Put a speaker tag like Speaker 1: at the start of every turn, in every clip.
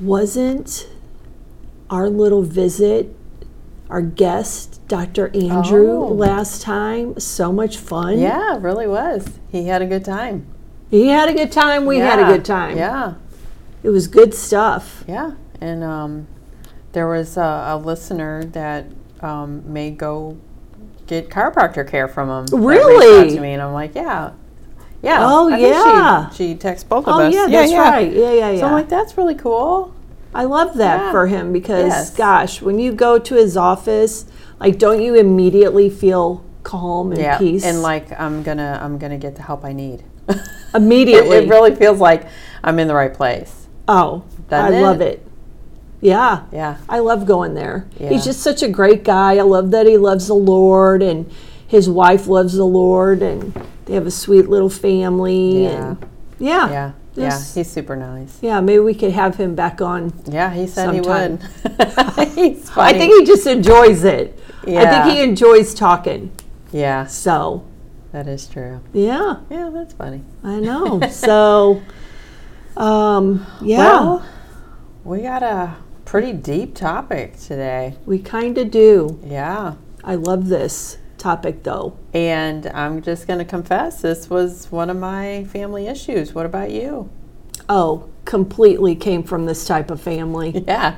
Speaker 1: wasn't our little visit, our guest, Dr. Andrew,
Speaker 2: Oh.
Speaker 1: last time so much fun?
Speaker 2: Yeah, it really was. He had a good time.
Speaker 1: He had a good time. We had
Speaker 2: Yeah,
Speaker 1: a good time.
Speaker 2: Yeah,
Speaker 1: It was good stuff.
Speaker 2: yeah. And um, there was a, a listener that um, may go get chiropractor care from him. that reached
Speaker 1: Really?
Speaker 2: out to me, and I'm like, yeah, yeah.
Speaker 1: Oh,
Speaker 2: I think
Speaker 1: yeah.
Speaker 2: She, she texts both of
Speaker 1: Oh,
Speaker 2: us.
Speaker 1: yeah, that's right. Yeah, yeah, yeah.
Speaker 2: So I'm like, that's really cool.
Speaker 1: I love that
Speaker 2: Yeah.
Speaker 1: for him because,
Speaker 2: Yes.
Speaker 1: gosh, when you go to his office, like, don't you immediately feel calm and
Speaker 2: Yeah.
Speaker 1: peace?
Speaker 2: And like, I'm gonna, I'm gonna get the help I need.
Speaker 1: Immediately.
Speaker 2: it, it really feels like I'm in the right place.
Speaker 1: oh, I
Speaker 2: Doesn't it?
Speaker 1: love it. Yeah.
Speaker 2: Yeah.
Speaker 1: I love going there.
Speaker 2: Yeah.
Speaker 1: He's just such a great guy. I love that he loves the Lord and his wife loves the Lord and they have a sweet little family and yeah.
Speaker 2: Yeah.
Speaker 1: Yes.
Speaker 2: Yeah. He's super nice.
Speaker 1: Yeah, maybe we could have him back on.
Speaker 2: Yeah, he said
Speaker 1: sometime.
Speaker 2: he would. He's
Speaker 1: I
Speaker 2: funny.
Speaker 1: think he just enjoys it. I
Speaker 2: Yeah.
Speaker 1: think he enjoys talking.
Speaker 2: yeah,
Speaker 1: So,
Speaker 2: that is true.
Speaker 1: yeah,
Speaker 2: Yeah, that's funny.
Speaker 1: I know. so um yeah,
Speaker 2: Well, we got a pretty deep topic today.
Speaker 1: we kind of do.
Speaker 2: Yeah.
Speaker 1: I love this topic though.
Speaker 2: And I'm just going to confess, this was one of my family issues. What about you?
Speaker 1: Oh, completely came from this type of family.
Speaker 2: Yeah.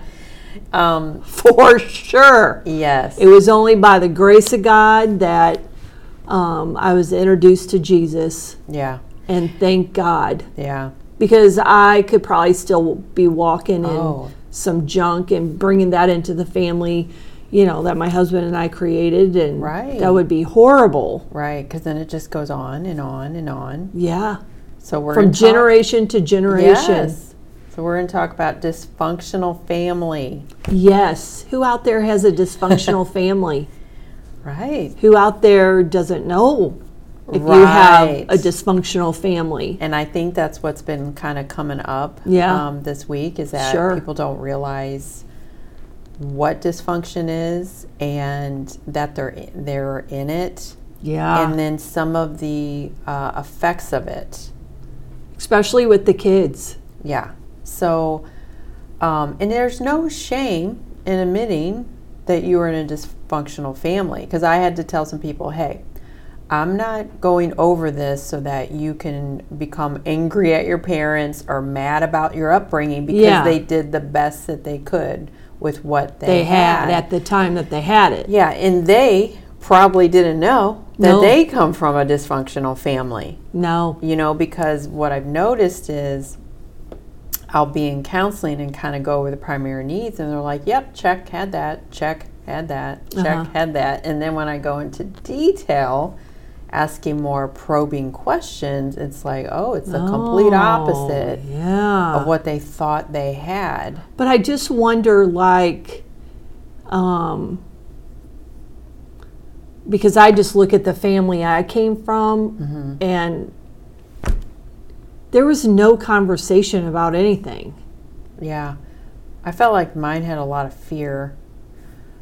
Speaker 2: Um,
Speaker 1: For sure.
Speaker 2: yes.
Speaker 1: It was only by the grace of God that um, I was introduced to Jesus,
Speaker 2: Yeah.
Speaker 1: and thank God
Speaker 2: Yeah.
Speaker 1: because I could probably still be walking in
Speaker 2: Oh.
Speaker 1: some junk and bringing that into the family, you know, that my husband and I created, and
Speaker 2: Right.
Speaker 1: that would be horrible.
Speaker 2: Right. Because then it just goes on and on and on.
Speaker 1: Yeah,
Speaker 2: So we're
Speaker 1: from
Speaker 2: gonna talk-
Speaker 1: generation to generation.
Speaker 2: Yes. So we're going to talk about dysfunctional family.
Speaker 1: yes. Who out there has a dysfunctional family?
Speaker 2: Right.
Speaker 1: Who out there doesn't know if you have
Speaker 2: Right.
Speaker 1: a dysfunctional family?
Speaker 2: And I think that's what's been kind of coming up
Speaker 1: Yeah.
Speaker 2: um, this week is that
Speaker 1: Sure.
Speaker 2: people don't realize what dysfunction is and that they're i- they're in it,
Speaker 1: Yeah.
Speaker 2: and then some of the uh, effects of it.
Speaker 1: especially with the kids.
Speaker 2: Yeah. So, um, and there's no shame in admitting that you were in a dysfunctional family because I had to tell some people, hey, I'm not going over this so that you can become angry at your parents or mad about your upbringing because
Speaker 1: Yeah.
Speaker 2: they did the best that they could with what they,
Speaker 1: They had at the time that they had it.
Speaker 2: yeah, and they probably didn't know that
Speaker 1: No.
Speaker 2: they come from a dysfunctional family
Speaker 1: No.
Speaker 2: you know, because what I've noticed is I'll be in counseling and kind of go over the primary needs, and they're like, yep, check, had that, check, had that, check,
Speaker 1: Uh-huh.
Speaker 2: had that. And then when I go into detail, asking more probing questions, it's like, oh, it's the complete opposite
Speaker 1: Oh, Yeah.
Speaker 2: of what they thought they had.
Speaker 1: But I just wonder, like, um, because I just look at the family I came from,
Speaker 2: Mm-hmm.
Speaker 1: and there was no conversation about anything.
Speaker 2: Yeah. I felt like mine had a lot of fear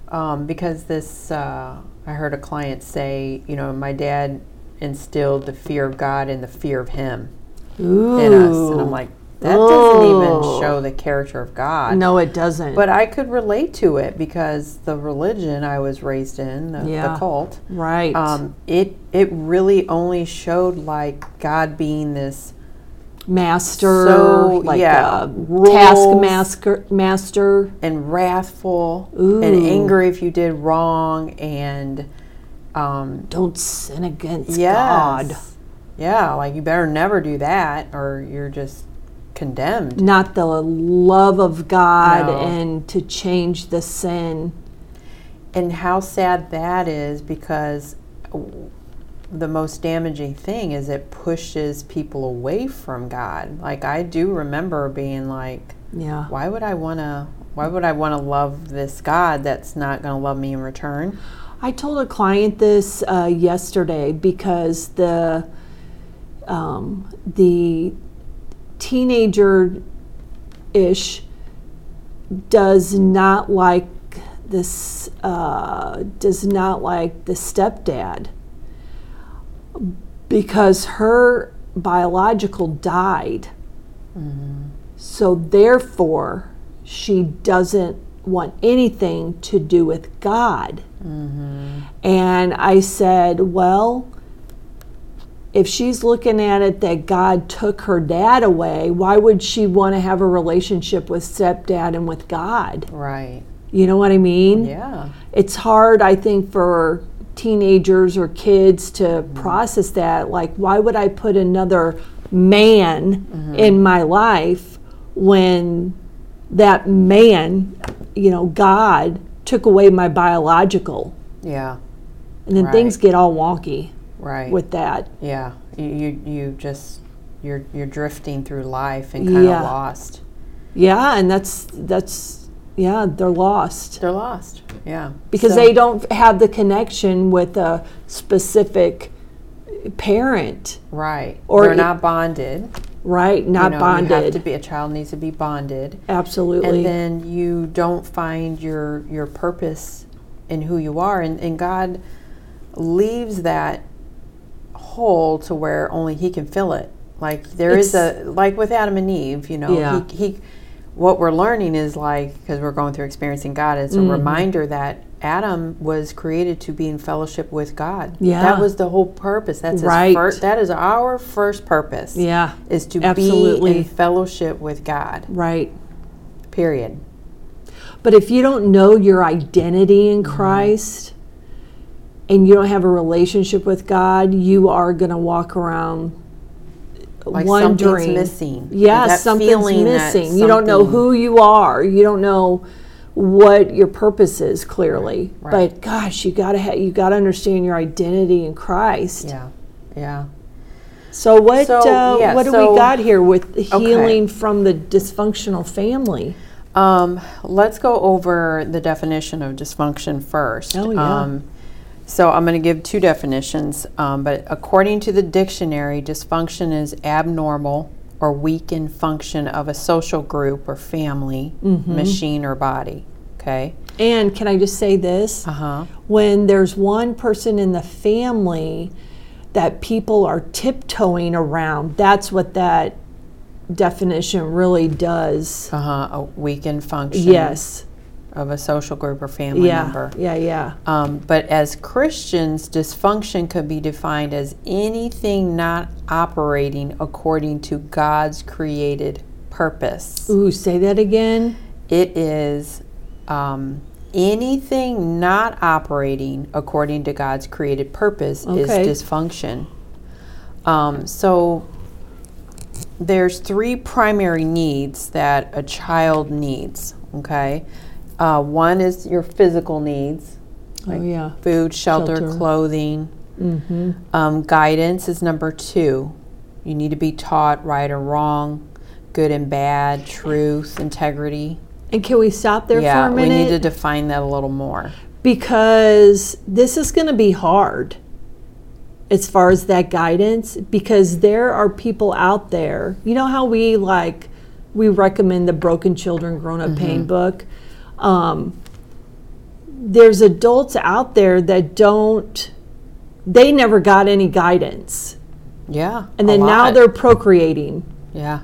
Speaker 2: um, because this, uh, I heard a client say, you know, my dad instilled the fear of God and the fear of Him
Speaker 1: Ooh.
Speaker 2: in us. And I'm like, that doesn't even show the character of God.
Speaker 1: no, it doesn't.
Speaker 2: But I could relate to it because the religion I was raised in, the,
Speaker 1: Yeah.
Speaker 2: the cult,
Speaker 1: right.
Speaker 2: um, it, it really only showed like God being this
Speaker 1: master,
Speaker 2: so,
Speaker 1: like
Speaker 2: yeah,
Speaker 1: a
Speaker 2: rules.
Speaker 1: taskmaster, master.
Speaker 2: and wrathful and
Speaker 1: Ooh.
Speaker 2: angry if you did wrong and um
Speaker 1: don't sin against
Speaker 2: yes.
Speaker 1: God.
Speaker 2: Yeah, like you better never do that or you're just condemned.
Speaker 1: Not the love of God
Speaker 2: No.
Speaker 1: and to change the sin.
Speaker 2: And how sad that is because the most damaging thing is it pushes people away from God. Like I do remember being like,
Speaker 1: Yeah.
Speaker 2: why would I want to why would I want to love this God that's not going to love me in return?
Speaker 1: I told a client this uh, yesterday because the um, the teenager ish does not like this uh, does not like the stepdad because her biological died. So therefore, she doesn't want anything to do with God. And I said, Well, if she's looking at it that God took her dad away, why would she want to have a relationship with stepdad and with God?
Speaker 2: Right.
Speaker 1: You know what I mean?
Speaker 2: Yeah.
Speaker 1: It's hard, I think, for teenagers or kids to process that. Like, why would I put another man
Speaker 2: Mm-hmm.
Speaker 1: in my life when that man, you know, God, took away my biological?
Speaker 2: Yeah.
Speaker 1: And then
Speaker 2: Right.
Speaker 1: things get all wonky
Speaker 2: Right.
Speaker 1: with that.
Speaker 2: yeah. You, you you just you're you're drifting through life and kind of
Speaker 1: Yeah.
Speaker 2: lost.
Speaker 1: Yeah, and that's that's yeah, they're lost
Speaker 2: They're lost. Yeah.
Speaker 1: because
Speaker 2: So-
Speaker 1: they don't have the connection with a specific parent,
Speaker 2: right
Speaker 1: or
Speaker 2: they're
Speaker 1: it-
Speaker 2: not bonded.
Speaker 1: right? Not
Speaker 2: you know,
Speaker 1: bonded.
Speaker 2: You have to be a child needs to be bonded,
Speaker 1: Absolutely.
Speaker 2: and then you don't find your your purpose in who you are, and, and God leaves that hole to where only He can fill it. Like there is a like with Adam and Eve, you know,
Speaker 1: Yeah.
Speaker 2: he, he what we're learning is like because we're going through experiencing God. It's
Speaker 1: Mm-hmm.
Speaker 2: a reminder that Adam was created to be in fellowship with God.
Speaker 1: Yeah.
Speaker 2: that was the whole purpose. That's
Speaker 1: Right.
Speaker 2: his fir- That is our first purpose
Speaker 1: yeah.
Speaker 2: is to be
Speaker 1: Absolutely.
Speaker 2: in fellowship with God.
Speaker 1: Right.
Speaker 2: Period.
Speaker 1: But if you don't know your identity in
Speaker 2: Mm-hmm.
Speaker 1: Christ and you don't have a relationship with God, you are going to walk around
Speaker 2: Like
Speaker 1: wondering.
Speaker 2: something's missing.
Speaker 1: Yeah,
Speaker 2: That
Speaker 1: something's
Speaker 2: feeling
Speaker 1: missing.
Speaker 2: that
Speaker 1: You don't know
Speaker 2: something-
Speaker 1: who you are. You don't know what your purpose is clearly.
Speaker 2: Right.
Speaker 1: But gosh, you gotta ha- you gotta understand your identity in Christ.
Speaker 2: Yeah, yeah.
Speaker 1: So what
Speaker 2: So,
Speaker 1: uh,
Speaker 2: yeah,
Speaker 1: what do
Speaker 2: so-
Speaker 1: we got here with healing from the dysfunctional family?
Speaker 2: Um, let's go over the definition of dysfunction first.
Speaker 1: Oh, yeah.
Speaker 2: Um, so I'm going to give two definitions, um, but according to the dictionary, dysfunction is abnormal or weakened function of a social group or family, machine or body. Okay.
Speaker 1: And can I just say this?
Speaker 2: Uh huh.
Speaker 1: When there's one person in the family that people are tiptoeing around, that's what that definition really does.
Speaker 2: Uh huh. A weakened function
Speaker 1: Yes.
Speaker 2: of a social group or family member.
Speaker 1: Yeah. Yeah. Yeah.
Speaker 2: Um, but as Christians, dysfunction could be defined as anything not operating according to God's created purpose.
Speaker 1: Ooh, say that again.
Speaker 2: It is um, anything not operating according to God's created purpose
Speaker 1: Okay.
Speaker 2: is dysfunction. Um, so there's three primary needs that a child needs. Okay, uh, one is your physical needs
Speaker 1: oh yeah.
Speaker 2: food, shelter,
Speaker 1: Shelter. Mm-hmm.
Speaker 2: clothing. Um, guidance is number two. You need to be taught right or wrong, good and bad, truth, integrity.
Speaker 1: And can we stop there
Speaker 2: yeah,
Speaker 1: for a
Speaker 2: we
Speaker 1: minute?
Speaker 2: need to define that a little more.
Speaker 1: because this is going to be hard as far as that guidance because there are people out there you know how we like we recommend the broken children grown up
Speaker 2: Mm-hmm.
Speaker 1: pain book um, there's adults out there that don't they never got any guidance
Speaker 2: Yeah.
Speaker 1: and
Speaker 2: a
Speaker 1: then now
Speaker 2: lot.
Speaker 1: they're procreating
Speaker 2: yeah.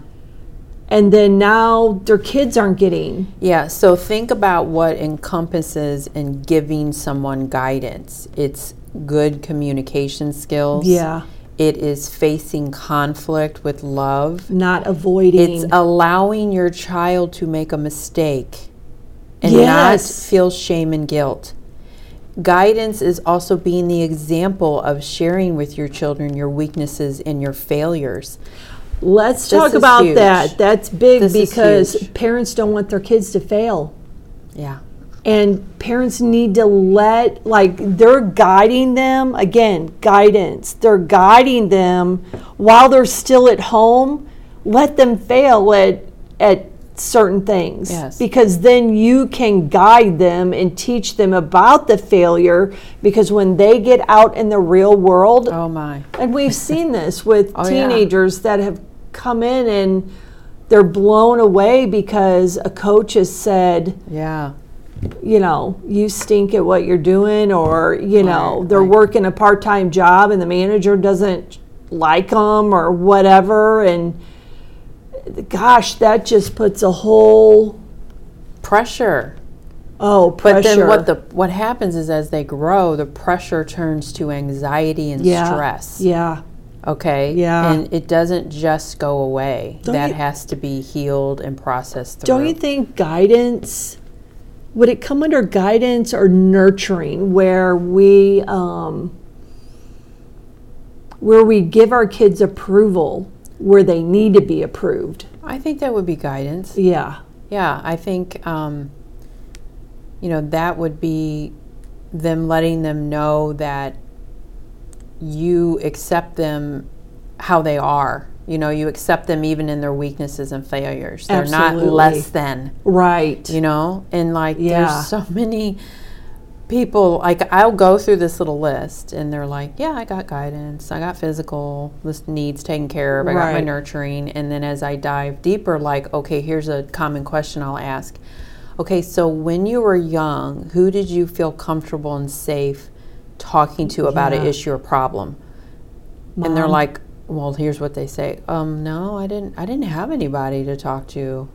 Speaker 1: and then now their kids aren't getting
Speaker 2: Yeah, so think about what encompasses in giving someone guidance. It's good communication skills.
Speaker 1: Yeah.
Speaker 2: It is facing conflict with love.
Speaker 1: not avoiding
Speaker 2: It's allowing your child to make a mistake and
Speaker 1: Yes.
Speaker 2: not feel shame and guilt. Guidance is also being the example of sharing with your children your weaknesses and your failures.
Speaker 1: Let's talk
Speaker 2: is
Speaker 1: about
Speaker 2: huge.
Speaker 1: that. That's big
Speaker 2: This is
Speaker 1: because
Speaker 2: huge.
Speaker 1: parents don't want their kids to fail.
Speaker 2: Yeah.
Speaker 1: And parents need to let, like, they're guiding them, again, guidance. They're guiding them while they're still at home. Let them fail at, at certain things.
Speaker 2: Yes.
Speaker 1: Because then you can guide them and teach them about the failure. Because when they get out in the real world,
Speaker 2: Oh my.
Speaker 1: and we've seen this with
Speaker 2: Oh, yeah.
Speaker 1: teenagers that have come in and they're blown away because a coach has said,
Speaker 2: Yeah.
Speaker 1: you know, you stink at what you're doing, or, you know,
Speaker 2: Right,
Speaker 1: they're
Speaker 2: right.
Speaker 1: working a part time job and the manager doesn't like them or whatever. And gosh, that just puts a whole,
Speaker 2: Pressure.
Speaker 1: oh, pressure.
Speaker 2: But then what the what happens is as they grow, the pressure turns to anxiety and
Speaker 1: yeah,
Speaker 2: stress.
Speaker 1: Yeah.
Speaker 2: Okay.
Speaker 1: Yeah.
Speaker 2: And it doesn't just go away. that
Speaker 1: you-
Speaker 2: has to be healed and processed through.
Speaker 1: Don't you think guidance would it come under guidance or nurturing where we um, where we give our kids approval where they need to be approved?
Speaker 2: I think that would be guidance.
Speaker 1: Yeah.
Speaker 2: Yeah. I think um, you know, that would be them letting them know that you accept them how they are. You know, you accept them even in their weaknesses and failures. They're not
Speaker 1: Absolutely.
Speaker 2: less than.
Speaker 1: Right.
Speaker 2: you know and like
Speaker 1: Yeah.
Speaker 2: there's so many people like i'll go through this little list and they're like yeah i got guidance i got physical this needs taken care of i got my
Speaker 1: Right.
Speaker 2: nurturing and then as i dive deeper like okay here's a common question i'll ask okay so when you were young who did you feel comfortable and safe talking to about an
Speaker 1: Yeah.
Speaker 2: issue or problem and they're
Speaker 1: Mom.
Speaker 2: like well here's what they say um no i didn't i didn't have anybody to talk to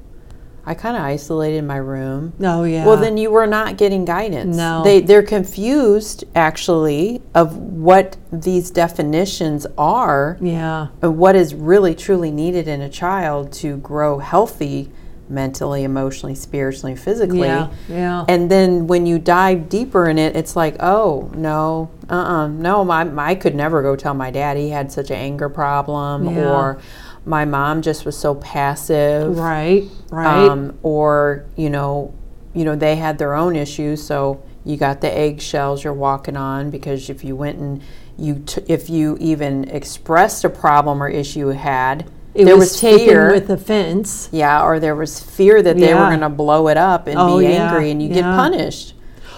Speaker 2: i kind of isolated in my room
Speaker 1: Oh yeah.
Speaker 2: well, then you were not getting guidance.
Speaker 1: No.
Speaker 2: They, they're confused, actually, of what these definitions are
Speaker 1: yeah.
Speaker 2: and what is really truly needed in a child to grow healthy mentally, emotionally, spiritually, physically.
Speaker 1: Yeah. Yeah.
Speaker 2: And then when you dive deeper in it, it's like, oh, no, uh uh no, my, my- I could never go tell my dad he had such an anger problem
Speaker 1: Yeah.
Speaker 2: or my mom just was so passive
Speaker 1: right. Right.
Speaker 2: um, or you know, you know they had their own issues. So you got the eggshells you're walking on because if you went and you t- if you even expressed a problem or issue you had,
Speaker 1: it
Speaker 2: there
Speaker 1: was,
Speaker 2: was
Speaker 1: taken
Speaker 2: fear.
Speaker 1: with offense.
Speaker 2: yeah, or there was fear that they were
Speaker 1: Yeah.
Speaker 2: going to blow it up and
Speaker 1: Oh,
Speaker 2: be
Speaker 1: yeah,
Speaker 2: angry, and you get
Speaker 1: yeah.
Speaker 2: punished.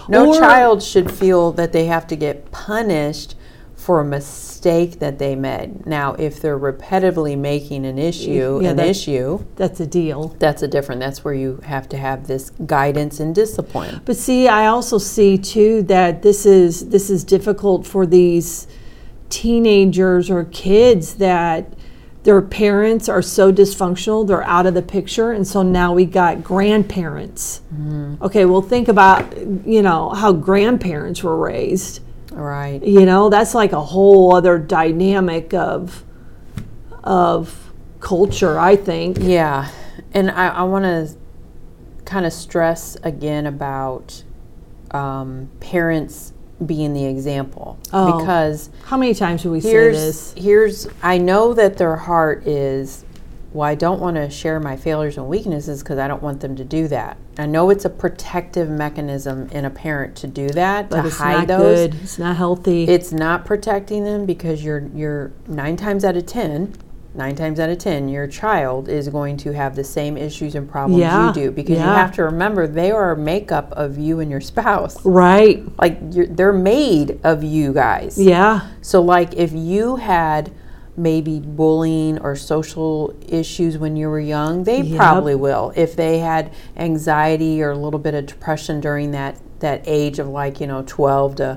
Speaker 2: No
Speaker 1: Or-
Speaker 2: child should feel that they have to get punished for a mistake that they made. Now, if they're repetitively making an issue,
Speaker 1: Yeah,
Speaker 2: an
Speaker 1: that-
Speaker 2: issue,
Speaker 1: That's a deal.
Speaker 2: that's a different that's where you have to have this guidance and discipline
Speaker 1: But see, I also see too that this is this is difficult for these teenagers or kids that their parents are so dysfunctional, they're out of the picture, and so now we got grandparents. Okay, well think about you know how grandparents were raised.
Speaker 2: right
Speaker 1: You know, that's like a whole other dynamic of of culture, I think.
Speaker 2: yeah and i, I want to kind of stress again about um, parents being the example
Speaker 1: Oh.
Speaker 2: because
Speaker 1: How many times do we see
Speaker 2: here's
Speaker 1: this?
Speaker 2: here's i know that their heart is well i don't want to share my failures and weaknesses because i don't want them to do that i know it's a protective mechanism in a parent to do that
Speaker 1: But
Speaker 2: to
Speaker 1: it's
Speaker 2: hide
Speaker 1: not
Speaker 2: those
Speaker 1: good. It's not healthy.
Speaker 2: it's not protecting them because you're you're nine times out of ten nine times out of ten your child is going to have the same issues and problems
Speaker 1: Yeah,
Speaker 2: you do because you
Speaker 1: yeah.
Speaker 2: have to remember they are a makeup of you and your spouse
Speaker 1: right.
Speaker 2: like you're, they're made of you guys
Speaker 1: Yeah.
Speaker 2: so like if you had maybe bullying or social issues when you were young they
Speaker 1: Yep.
Speaker 2: probably will if they had anxiety or a little bit of depression during that that age of like you know 12 to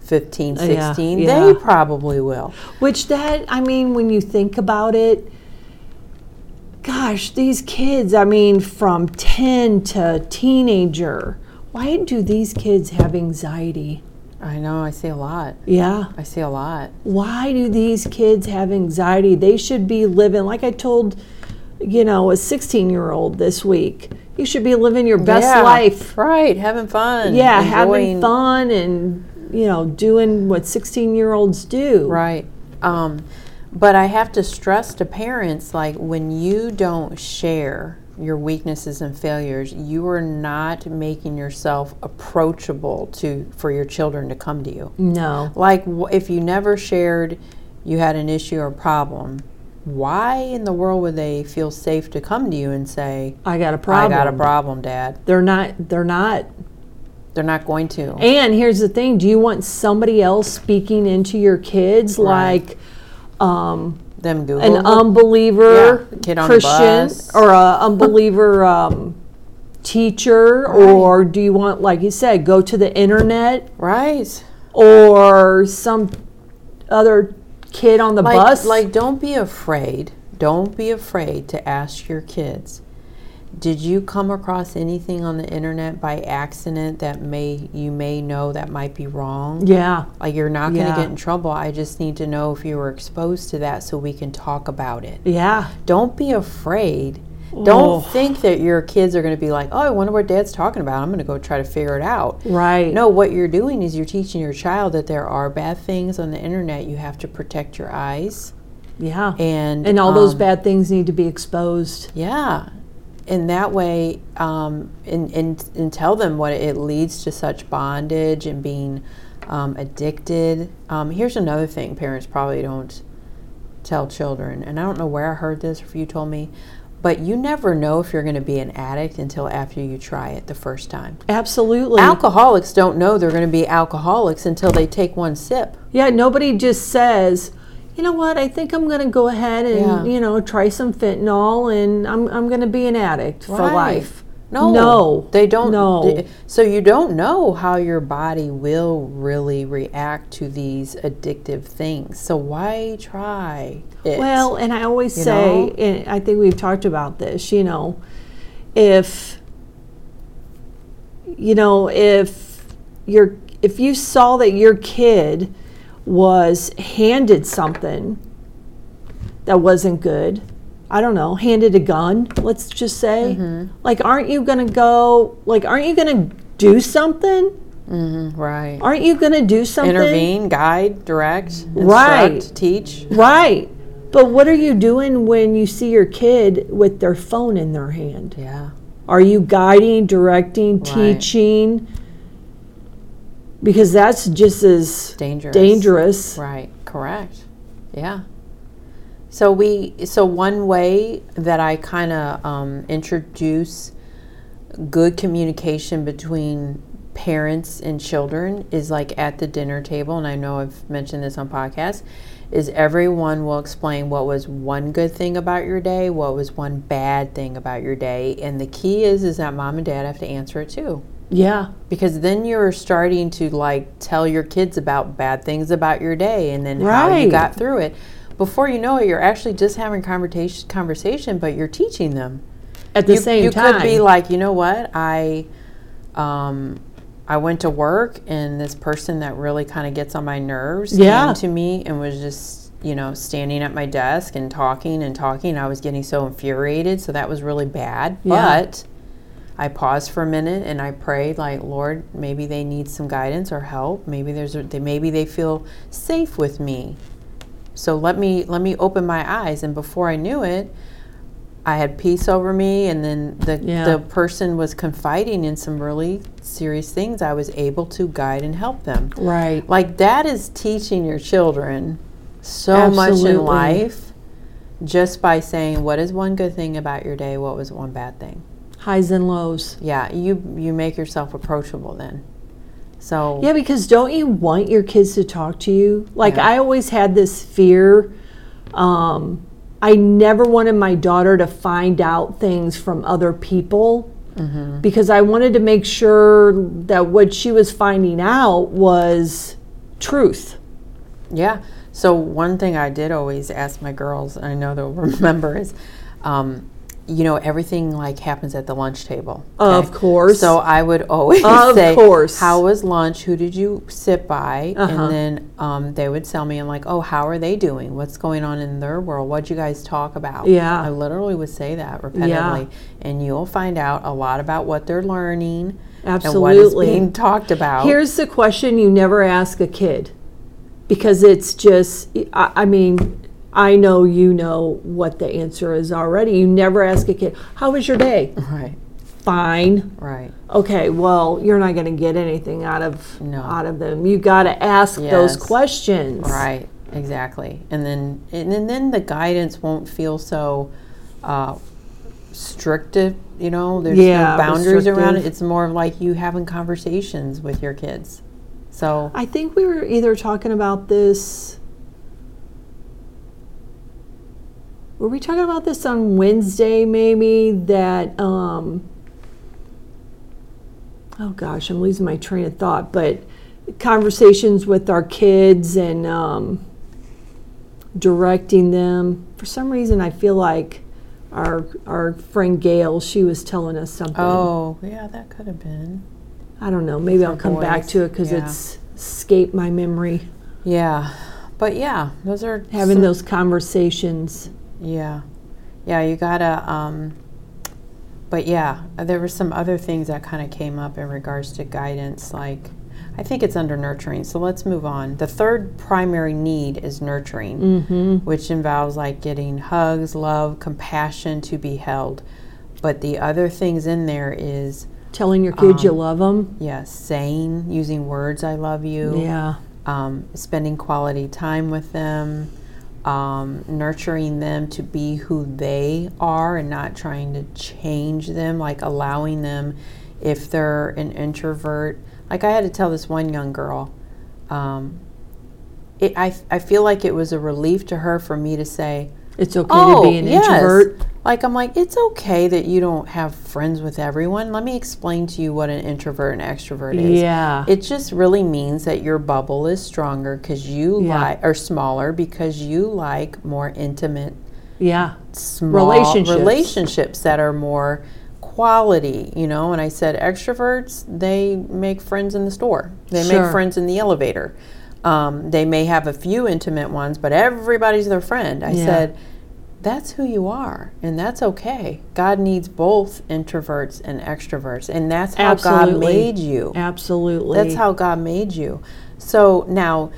Speaker 2: 15
Speaker 1: yeah,
Speaker 2: 16
Speaker 1: yeah.
Speaker 2: they probably will
Speaker 1: Which that I mean, when you think about it, gosh, these kids, I mean, from ten to teenager, why do these kids have anxiety?
Speaker 2: i know i see a lot
Speaker 1: Yeah.
Speaker 2: i see a lot
Speaker 1: Why do these kids have anxiety? They should be living like I told, you know, a sixteen year old this week. You should be living your best
Speaker 2: Yeah,
Speaker 1: life.
Speaker 2: right having fun
Speaker 1: Yeah,
Speaker 2: enjoying-
Speaker 1: having fun and you know, doing what sixteen year olds do.
Speaker 2: Right. Um, but I have to stress to parents like when you don't share your weaknesses and failures, you are not making yourself approachable to for your children to come to you.
Speaker 1: No.
Speaker 2: Like wh- if you never shared you had an issue or problem, why in the world would they feel safe to come to you and say,
Speaker 1: I got a problem.
Speaker 2: "I got a problem, dad."
Speaker 1: They're not they're not
Speaker 2: They're not going to.
Speaker 1: And here's the thing: Do you want somebody else speaking into your kids
Speaker 2: Right.
Speaker 1: like um,
Speaker 2: Them Google.
Speaker 1: an unbeliever
Speaker 2: Yeah, kid on the
Speaker 1: Christian
Speaker 2: bus.
Speaker 1: or a unbeliever um, teacher, or do you want, like you said, go to the internet
Speaker 2: right.
Speaker 1: or some other kid on the
Speaker 2: like,
Speaker 1: bus?
Speaker 2: Like, don't be afraid. Don't be afraid to ask your kids. Did you come across anything on the internet by accident that may you may know that might be wrong?
Speaker 1: yeah,
Speaker 2: Like you're not going to
Speaker 1: Yeah.
Speaker 2: get in trouble. I just need to know if you were exposed to that so we can talk about it.
Speaker 1: yeah,
Speaker 2: Don't be afraid.
Speaker 1: Oh.
Speaker 2: Don't think that your kids are going to be like, "Oh, I wonder what dad's talking about. I'm going to go try to figure it out."
Speaker 1: right.
Speaker 2: No, what you're doing is you're teaching your child that there are bad things on the internet. You have to protect your eyes
Speaker 1: yeah,
Speaker 2: and
Speaker 1: and all those
Speaker 2: um,
Speaker 1: bad things need to be exposed.
Speaker 2: Yeah, and that way, um, and, and and tell them what it leads to such bondage and being um, addicted. Um, here's another thing parents probably don't tell children, and I don't know where I heard this or if you told me. But you never know if you're going to be an addict until after you try it the first time.
Speaker 1: Mm. Absolutely.
Speaker 2: Alcoholics don't know they're going to be alcoholics until they take one sip.
Speaker 1: Yeah, nobody just says, you know what, I think I'm going to go ahead and,
Speaker 2: Yeah.
Speaker 1: you know, try some fentanyl and I'm, I'm going to be an addict for
Speaker 2: Right.
Speaker 1: life.
Speaker 2: No,
Speaker 1: No.
Speaker 2: they don't.
Speaker 1: No.
Speaker 2: th- so you don't know how your body will really react to these addictive things. So why try it?
Speaker 1: Well, and I always
Speaker 2: You
Speaker 1: say,
Speaker 2: know?
Speaker 1: and I think we've talked about this, you know, if, you know, if your if you saw that your kid was handed something that wasn't good, I don't know, handed a gun, let's just say,
Speaker 2: Mm-hmm.
Speaker 1: like, aren't you going to go, like, aren't you going to do something?
Speaker 2: right.
Speaker 1: Aren't you going to do something?
Speaker 2: Intervene, guide, direct, instruct,
Speaker 1: Right.
Speaker 2: teach.
Speaker 1: Right. But what are you doing when you see your kid with their phone in their hand?
Speaker 2: Yeah.
Speaker 1: Are you guiding, directing,
Speaker 2: Right.
Speaker 1: teaching? Because that's just as
Speaker 2: Dangerous.
Speaker 1: dangerous.
Speaker 2: Right. Correct. Yeah. So we so one way that I kind of um, introduce good communication between parents and children is like at the dinner table and I know I've mentioned this on podcasts is everyone will explain what was one good thing about your day, what was one bad thing about your day, and the key is is that mom and dad have to answer it too
Speaker 1: Yeah.
Speaker 2: because then you're starting to like tell your kids about bad things about your day and then how you
Speaker 1: Right.
Speaker 2: got through it before you know it you're actually just having conversation conversation but you're teaching them
Speaker 1: At the
Speaker 2: you,
Speaker 1: same
Speaker 2: you
Speaker 1: time.
Speaker 2: could be like you know what i um i went to work and this person that really kind of gets on my nerves
Speaker 1: Yeah.
Speaker 2: came to me and was just you know standing at my desk and talking and talking i was getting so infuriated so that was really bad
Speaker 1: Yeah.
Speaker 2: but I paused for a minute and I prayed, like, Lord, maybe they need some guidance or help. Maybe there's, a, they, maybe they feel safe with me. So let me, let me open my eyes. And before I knew it, I had peace over me, and then the
Speaker 1: Yeah.
Speaker 2: the person was confiding in some really serious things. I was able to guide and help them.
Speaker 1: right.
Speaker 2: Like that is teaching your children so much
Speaker 1: Absolutely.
Speaker 2: in life, just by saying what is one good thing about your day, what was one bad thing.
Speaker 1: Highs and lows.
Speaker 2: Yeah, you you make yourself approachable then. So
Speaker 1: Yeah, because don't you want your kids to talk to you? Like I always had this fear. Um, I never wanted my daughter to find out things from other people because I wanted to make sure that what she was finding out was truth.
Speaker 2: Yeah. So one thing I did always ask my girls, and I know they'll remember, is, um, you know, everything like happens at the lunch table.
Speaker 1: Of course.
Speaker 2: So I would always
Speaker 1: Of
Speaker 2: say,
Speaker 1: course.
Speaker 2: how was lunch? Who did you sit by?
Speaker 1: Uh-huh.
Speaker 2: And then um, they would tell me, I'm like, oh, how are they doing? What's going on in their world? What'd you guys talk about?
Speaker 1: Yeah.
Speaker 2: I literally would say that repetitively, and you'll find out a lot about what they're learning and what
Speaker 1: Absolutely.
Speaker 2: is being talked about.
Speaker 1: Here's the question you never ask a kid because it's just, I, I mean, I know you know what the answer is already. You never ask a kid, How was your day?
Speaker 2: Right.
Speaker 1: Fine.
Speaker 2: Right.
Speaker 1: Okay, well, you're not going to get anything out of
Speaker 2: No.
Speaker 1: out of them. You got to ask
Speaker 2: Yes.
Speaker 1: those questions.
Speaker 2: Right. Exactly. And then and, and then the guidance won't feel so uh, strictive. You know, there's
Speaker 1: Yeah,
Speaker 2: no boundaries around it.
Speaker 1: restrictive.
Speaker 2: It's more of like you having conversations with your kids. So
Speaker 1: I think we were either talking about this. Were we talking about this on Wednesday, maybe? That, um, oh gosh, I'm losing my train of thought, but conversations with our kids and um, directing them. For some reason, I feel like our, our friend Gail, she was telling us something.
Speaker 2: oh yeah, that could have been.
Speaker 1: I don't know. Maybe I'll come back
Speaker 2: voice,
Speaker 1: to it because
Speaker 2: yeah.
Speaker 1: it's escaped my memory.
Speaker 2: Yeah. But yeah, those are
Speaker 1: having
Speaker 2: some-
Speaker 1: those conversations.
Speaker 2: Yeah. Yeah, you gotta, um, but yeah, there were some other things that kind of came up in regards to guidance. Like, I think it's under nurturing, so let's move on. The third primary need is nurturing, which involves like getting hugs, love, compassion to be held. But the other things in there is,
Speaker 1: Telling your kids
Speaker 2: Um,
Speaker 1: you love them.
Speaker 2: yeah, saying, using words, I love you
Speaker 1: Yeah.
Speaker 2: um, spending quality time with them, um, nurturing them to be who they are and not trying to change them, like allowing them if they're an introvert. Like I had to tell this one young girl, um, it, I, I feel like it was a relief to her for me to say,
Speaker 1: It's okay
Speaker 2: Oh,
Speaker 1: to be an introvert.
Speaker 2: like I'm like, it's okay that you don't have friends with everyone. Let me explain to you what an introvert and extrovert is.
Speaker 1: Yeah.
Speaker 2: It just really means that your bubble is stronger because you
Speaker 1: Yeah.
Speaker 2: like or smaller because you like more intimate
Speaker 1: yeah.
Speaker 2: small
Speaker 1: Relationships.
Speaker 2: relationships that are more quality, you know. And I said extroverts, they make friends in the store. They
Speaker 1: Sure.
Speaker 2: make friends in the elevator. Um, they may have a few intimate ones, but everybody's their friend. I
Speaker 1: Yeah.
Speaker 2: said, that's who you are, and that's okay. God needs both introverts and extroverts, and that's how God
Speaker 1: Absolutely.
Speaker 2: made you.
Speaker 1: Absolutely.
Speaker 2: That's how God made you. So now,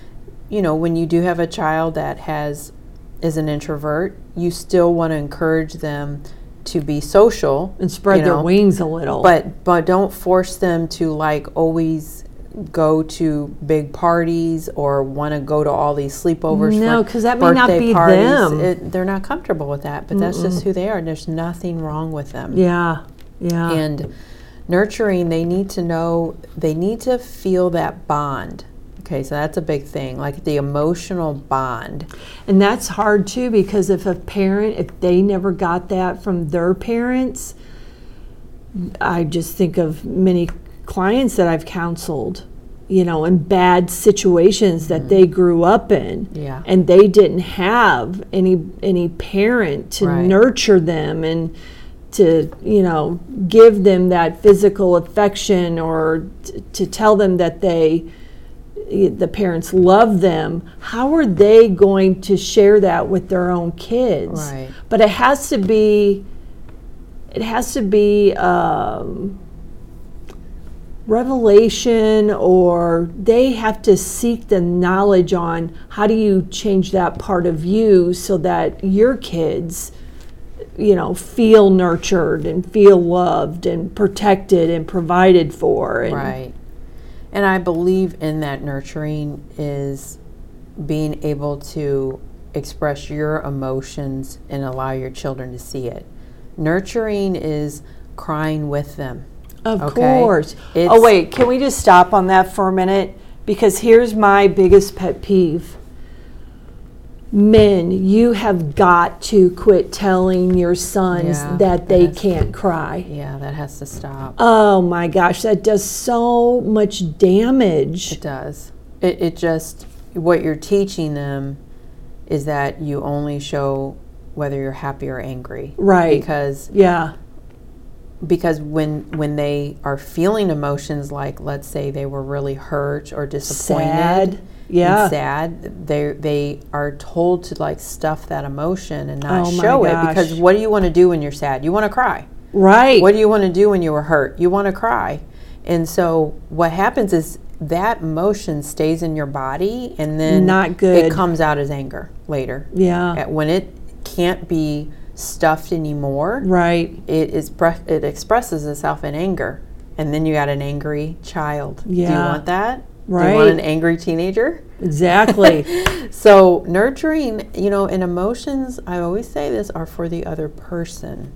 Speaker 2: you know, when you do have a child that has is an introvert, you still want to encourage them to be social
Speaker 1: and spread
Speaker 2: you
Speaker 1: their
Speaker 2: know,
Speaker 1: wings a little.
Speaker 2: But but don't force them to like always go to big parties or want to go to all these sleepovers.
Speaker 1: No,
Speaker 2: for
Speaker 1: 'cause that may not
Speaker 2: birthday
Speaker 1: be
Speaker 2: parties.
Speaker 1: them.
Speaker 2: It, they're not comfortable with that, but that's just who they are. and There's nothing wrong with them
Speaker 1: yeah. Yeah.
Speaker 2: and nurturing they need to know they need to feel that bond okay so that's a big thing like the emotional bond
Speaker 1: And that's hard too because if a parent, if they never got that from their parents, I just think of many clients that I've counseled, you know, in bad situations that they grew up in.
Speaker 2: Mm-hmm. Yeah.
Speaker 1: And they didn't have any any parent to
Speaker 2: Right.
Speaker 1: nurture them and to, you know, give them that physical affection or t- to tell them that they the parents love them, how are they going to share that with their own kids?
Speaker 2: Right.
Speaker 1: But it has to be, it has to be um, revelation, or they have to seek the knowledge on how do you change that part of you so that your kids. You know, feel nurtured and feel loved and protected and provided for. And
Speaker 2: right and i believe in that nurturing is being able to express your emotions and allow your children to see it nurturing is crying with them
Speaker 1: Of
Speaker 2: Okay.
Speaker 1: course.
Speaker 2: It's-
Speaker 1: oh, wait, can we just stop on that for a minute? Because here's my biggest pet peeve Men, you have got to quit telling your sons
Speaker 2: Yeah,
Speaker 1: that they
Speaker 2: that's-
Speaker 1: can't cry.
Speaker 2: yeah that has to stop
Speaker 1: Oh my gosh, that does so much damage.
Speaker 2: It does. It, it just, what you're teaching them is that you only show whether you're happy or angry.
Speaker 1: Right.
Speaker 2: Because
Speaker 1: Yeah,
Speaker 2: because when when they are feeling emotions like let's say they were really hurt or disappointed
Speaker 1: Sad.
Speaker 2: and
Speaker 1: Yeah.
Speaker 2: sad they they are told to like stuff that emotion and not
Speaker 1: Oh my
Speaker 2: show it
Speaker 1: gosh.
Speaker 2: because what do you want to do when you're sad you want to cry
Speaker 1: right.
Speaker 2: what do you want to do when you were hurt? You want to cry. And so what happens is that motion stays in your body and then
Speaker 1: Not good.
Speaker 2: it comes out as anger later.
Speaker 1: Yeah.
Speaker 2: At- When it can't be stuffed anymore,
Speaker 1: Right.
Speaker 2: it is pre- it expresses itself in anger. And then you got an angry child. Do you
Speaker 1: Yeah.
Speaker 2: want that? Do you want
Speaker 1: Right.
Speaker 2: an angry teenager?
Speaker 1: Exactly.
Speaker 2: So nurturing, you know, and emotions, I always say this, are for the other person.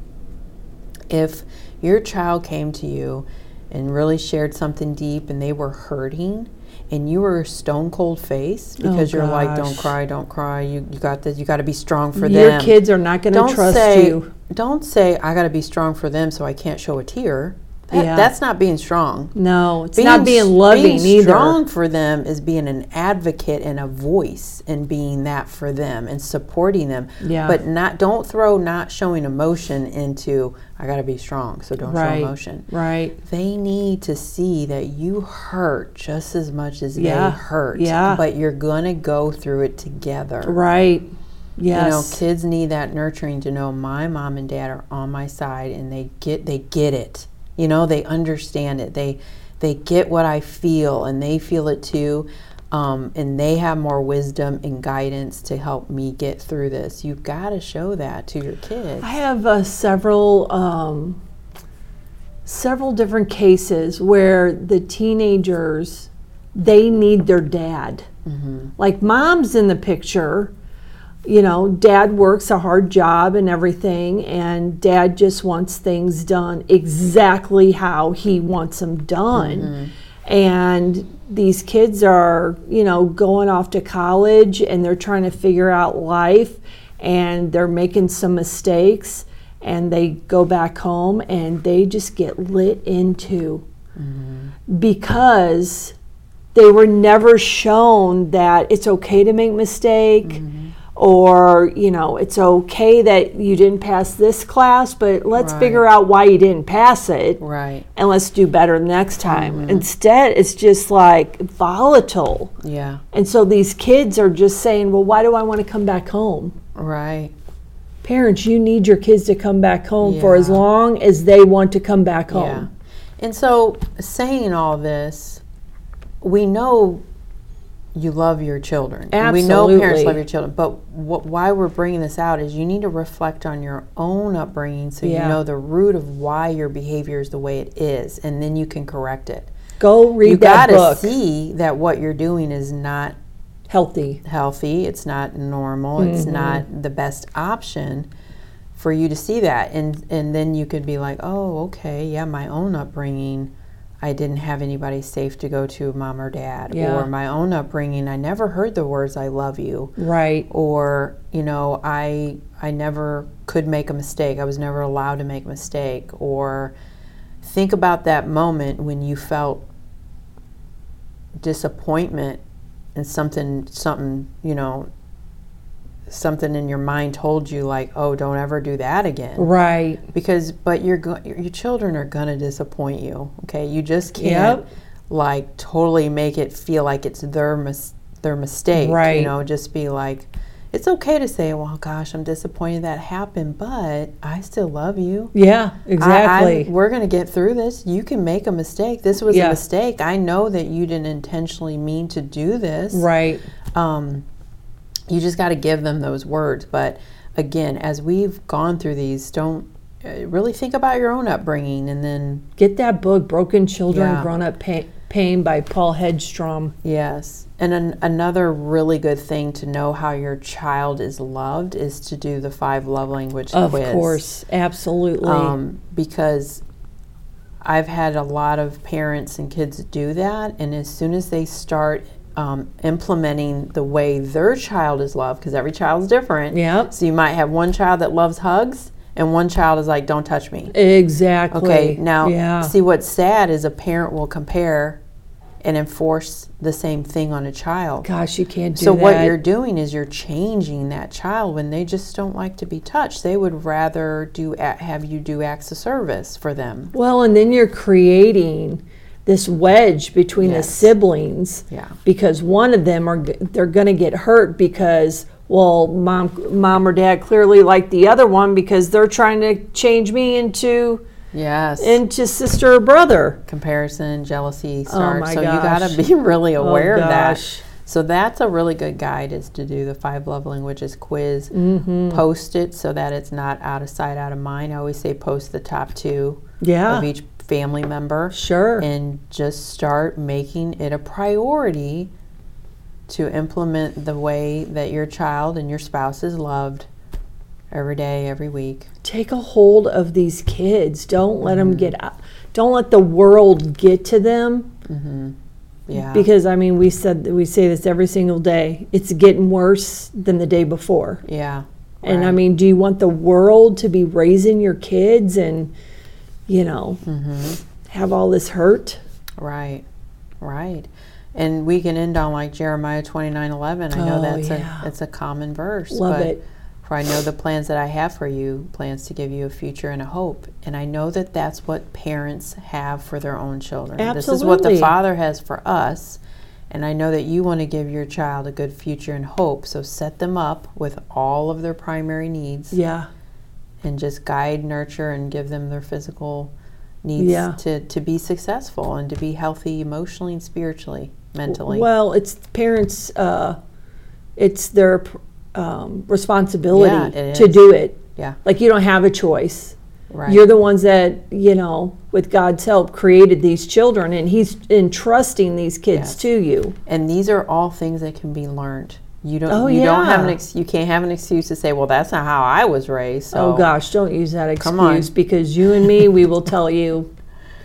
Speaker 2: If your child came to you and really shared something deep and they were hurting and you were stone cold face because you're like, Don't
Speaker 1: Oh, gosh.
Speaker 2: cry, don't cry, you, you got this, you gotta be strong for
Speaker 1: Your
Speaker 2: them.
Speaker 1: kids are not going to
Speaker 2: don't
Speaker 1: trust
Speaker 2: say
Speaker 1: you.
Speaker 2: don't say I gotta be strong for them so I can't show a tear. That,
Speaker 1: Yeah.
Speaker 2: that's not being strong.
Speaker 1: No, it's not being
Speaker 2: s-
Speaker 1: loving
Speaker 2: being
Speaker 1: either.
Speaker 2: strong for them is being an advocate and a voice and being that for them and supporting them
Speaker 1: Yeah.
Speaker 2: but not don't throw not showing emotion into i got to be strong so don't
Speaker 1: Right.
Speaker 2: show emotion
Speaker 1: Right.
Speaker 2: they need to see that you hurt just as much as
Speaker 1: Yeah.
Speaker 2: they hurt
Speaker 1: Yeah.
Speaker 2: but you're gonna go through it together
Speaker 1: Right.
Speaker 2: you know
Speaker 1: Yes.
Speaker 2: kids need that nurturing to know my mom and dad are on my side and they get they get it you know they understand it they they get what i feel and they feel it too um, and they have more wisdom and guidance to help me get through this you've got to show that to your kids
Speaker 1: I have uh, several um, several different cases where the teenagers they need their dad. Like mom's in the picture, you know, dad works a hard job and everything and dad just wants things done exactly how he wants them done. And these kids are, you know, going off to college and they're trying to figure out life and they're making some mistakes and they go back home and they just get lit into because they were never shown that it's okay to make mistake or you know it's okay that you didn't pass this class but let's
Speaker 2: Right.
Speaker 1: figure out why you didn't pass it
Speaker 2: right
Speaker 1: and let's do better next time instead it's just like volatile
Speaker 2: yeah
Speaker 1: and so these kids are just saying well why do i want to come back home
Speaker 2: right
Speaker 1: parents you need your kids to come back home for as
Speaker 2: Yeah.
Speaker 1: long as they want to come back
Speaker 2: Yeah.
Speaker 1: home
Speaker 2: And so, saying all this, we know you love your children. And We know parents
Speaker 1: Absolutely.
Speaker 2: love your children. But what, why we're bringing this out is you need to reflect on your own upbringing so
Speaker 1: Yeah.
Speaker 2: you know the root of why your behavior is the way it is, and then you can correct it.
Speaker 1: go read
Speaker 2: You
Speaker 1: that
Speaker 2: got to
Speaker 1: book
Speaker 2: see that what you're doing is not
Speaker 1: healthy
Speaker 2: healthy, it's not normal, it's not the best option for you to see that. And and then you could be like, "Oh, okay, yeah, my own upbringing, I didn't have anybody safe to go to, mom or dad,
Speaker 1: Yeah.
Speaker 2: or my own upbringing, I never heard the words I love you."
Speaker 1: right
Speaker 2: or you know i i never could make a mistake i was never allowed to make a mistake or think about that moment when you felt disappointment and something something you know something in your mind told you like oh don't ever do that again
Speaker 1: right
Speaker 2: because but your go- your your children are gonna disappoint you. Okay, you just can't
Speaker 1: Yep.
Speaker 2: like totally make it feel like it's their mis- their mistake.
Speaker 1: Right.
Speaker 2: You know, just be like, it's okay to say, well, gosh, I'm disappointed that happened, but I still love you.
Speaker 1: yeah
Speaker 2: I-
Speaker 1: exactly
Speaker 2: I, we're going to get through this. You can make a mistake. This was
Speaker 1: Yeah.
Speaker 2: a mistake. I know that you didn't intentionally mean to do this
Speaker 1: right
Speaker 2: um, you just got to give them those words. But again, as we've gone through these, don't uh, really think about your own upbringing and then
Speaker 1: get that book broken children
Speaker 2: Yeah.
Speaker 1: grown up pain, pain by paul hedstrom
Speaker 2: yes. And an, another really good thing to know how your child is loved is to do the five love language
Speaker 1: of
Speaker 2: quiz.
Speaker 1: course absolutely
Speaker 2: um, because I've had a lot of parents and kids do that, and as soon as they start um, implementing the way their child is loved, because every child's different.
Speaker 1: Yep.
Speaker 2: So you might have one child that loves hugs, and one child is like, "Don't touch me."
Speaker 1: exactly
Speaker 2: Okay. Now,
Speaker 1: yeah
Speaker 2: see what's sad is a parent will compare and enforce the same thing on a child.
Speaker 1: gosh you can't do
Speaker 2: So
Speaker 1: that
Speaker 2: what you're doing is you're changing that child when they just don't like to be touched. They would rather do a- have you do acts of service for them.
Speaker 1: Well, and then you're creating this wedge between
Speaker 2: Yes.
Speaker 1: the siblings
Speaker 2: Yeah.
Speaker 1: because one of them are g- they're going to get hurt because well, mom mom or dad clearly like the other one because they're trying to change me into
Speaker 2: Yes.
Speaker 1: into sister or brother.
Speaker 2: Comparison, jealousy starts.
Speaker 1: Oh my
Speaker 2: so you got
Speaker 1: gosh. Oh
Speaker 2: to be really aware of
Speaker 1: gosh.
Speaker 2: that. So that's a really good guide is to do the five love languages quiz.
Speaker 1: Mm-hmm.
Speaker 2: Post it so that it's not out of sight, out of mind. I always say post the top two
Speaker 1: Yeah.
Speaker 2: of each family member.
Speaker 1: Sure.
Speaker 2: And just start making it a priority to implement the way that your child and your spouse is loved every day, every week.
Speaker 1: Take a hold of these kids. Don't let
Speaker 2: Mm-hmm.
Speaker 1: them get out. Don't let the world get to them.
Speaker 2: Yeah.
Speaker 1: Because I mean, we said we say this every single day. It's getting worse than the day before.
Speaker 2: yeah.
Speaker 1: And I
Speaker 2: Right.
Speaker 1: mean, do you want the world to be raising your kids and, you know,
Speaker 2: Mm-hmm.
Speaker 1: have all this hurt?
Speaker 2: Right, right. And we can end on like Jeremiah twenty nine eleven. I know
Speaker 1: Oh,
Speaker 2: that's
Speaker 1: yeah.
Speaker 2: a it's a common verse.
Speaker 1: Love
Speaker 2: but
Speaker 1: it.
Speaker 2: For I know the plans that I have for you, plans to give you a future and a hope. And I know that that's what parents have for their own children. This is what the
Speaker 1: Absolutely.
Speaker 2: Father has for us. And I know that you want to give your child a good future and hope. So set them up with all of their primary needs
Speaker 1: Yeah.
Speaker 2: and just guide, nurture, and give them their physical needs
Speaker 1: Yeah.
Speaker 2: to, to be successful and to be healthy emotionally and spiritually, mentally.
Speaker 1: Well, it's parents. Uh, it's their pr- um, responsibility
Speaker 2: Yeah, it
Speaker 1: to
Speaker 2: is.
Speaker 1: do it.
Speaker 2: Yeah,
Speaker 1: Like you don't have a choice.
Speaker 2: right.
Speaker 1: You're the ones that you know, with God's help, created these children, and He's entrusting these kids
Speaker 2: Yes.
Speaker 1: to you.
Speaker 2: and these are all things that can be learned. You don't.
Speaker 1: Oh,
Speaker 2: you don't have an.
Speaker 1: yeah.
Speaker 2: Ex- you can't have an excuse to say, "Well, that's not how I was raised." So.
Speaker 1: Oh gosh, don't use that
Speaker 2: Come on.
Speaker 1: excuse because you and me, we will tell you,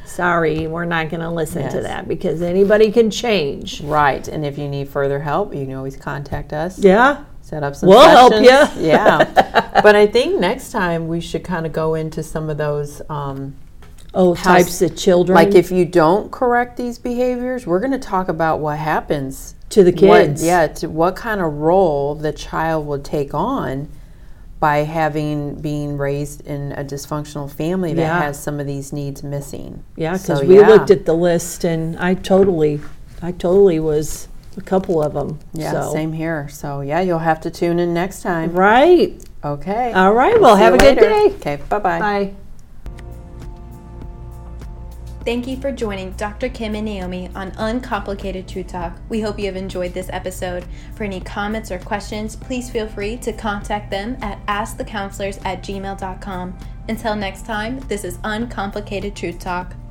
Speaker 1: sorry, we're not going to listen to
Speaker 2: Yes.
Speaker 1: that because anybody can change.
Speaker 2: Right, and if you need further help, you can always contact us.
Speaker 1: Yeah.
Speaker 2: set up some
Speaker 1: We'll help ya.
Speaker 2: sessions. yeah but i think next time we should kind of go into some of those um,
Speaker 1: Oh,
Speaker 2: How's-
Speaker 1: types of children.
Speaker 2: like if you don't correct these behaviors we're going to talk about what happens
Speaker 1: to the
Speaker 2: what-
Speaker 1: kids.
Speaker 2: yeah to what kind of role the child will take on by having being raised in a dysfunctional family that
Speaker 1: Yeah.
Speaker 2: has some of these needs missing
Speaker 1: Yeah, because
Speaker 2: So,
Speaker 1: we
Speaker 2: yeah.
Speaker 1: looked at the list and I totally, I totally was a couple of them.
Speaker 2: yeah
Speaker 1: so.
Speaker 2: same here so yeah you'll have to tune in next time
Speaker 1: Right.
Speaker 2: okay
Speaker 1: All right. Well,
Speaker 2: See
Speaker 1: have
Speaker 2: you
Speaker 1: a good
Speaker 2: later.
Speaker 1: day.
Speaker 2: okay bye-bye
Speaker 1: Bye.
Speaker 3: Thank you for joining Dr. Kim and Naomi on Uncomplicated True Talk. We hope you have enjoyed this episode. For any comments or questions, please feel free to contact them at askthecounselors at gmail.com. Until next time, this is Uncomplicated Truth Talk.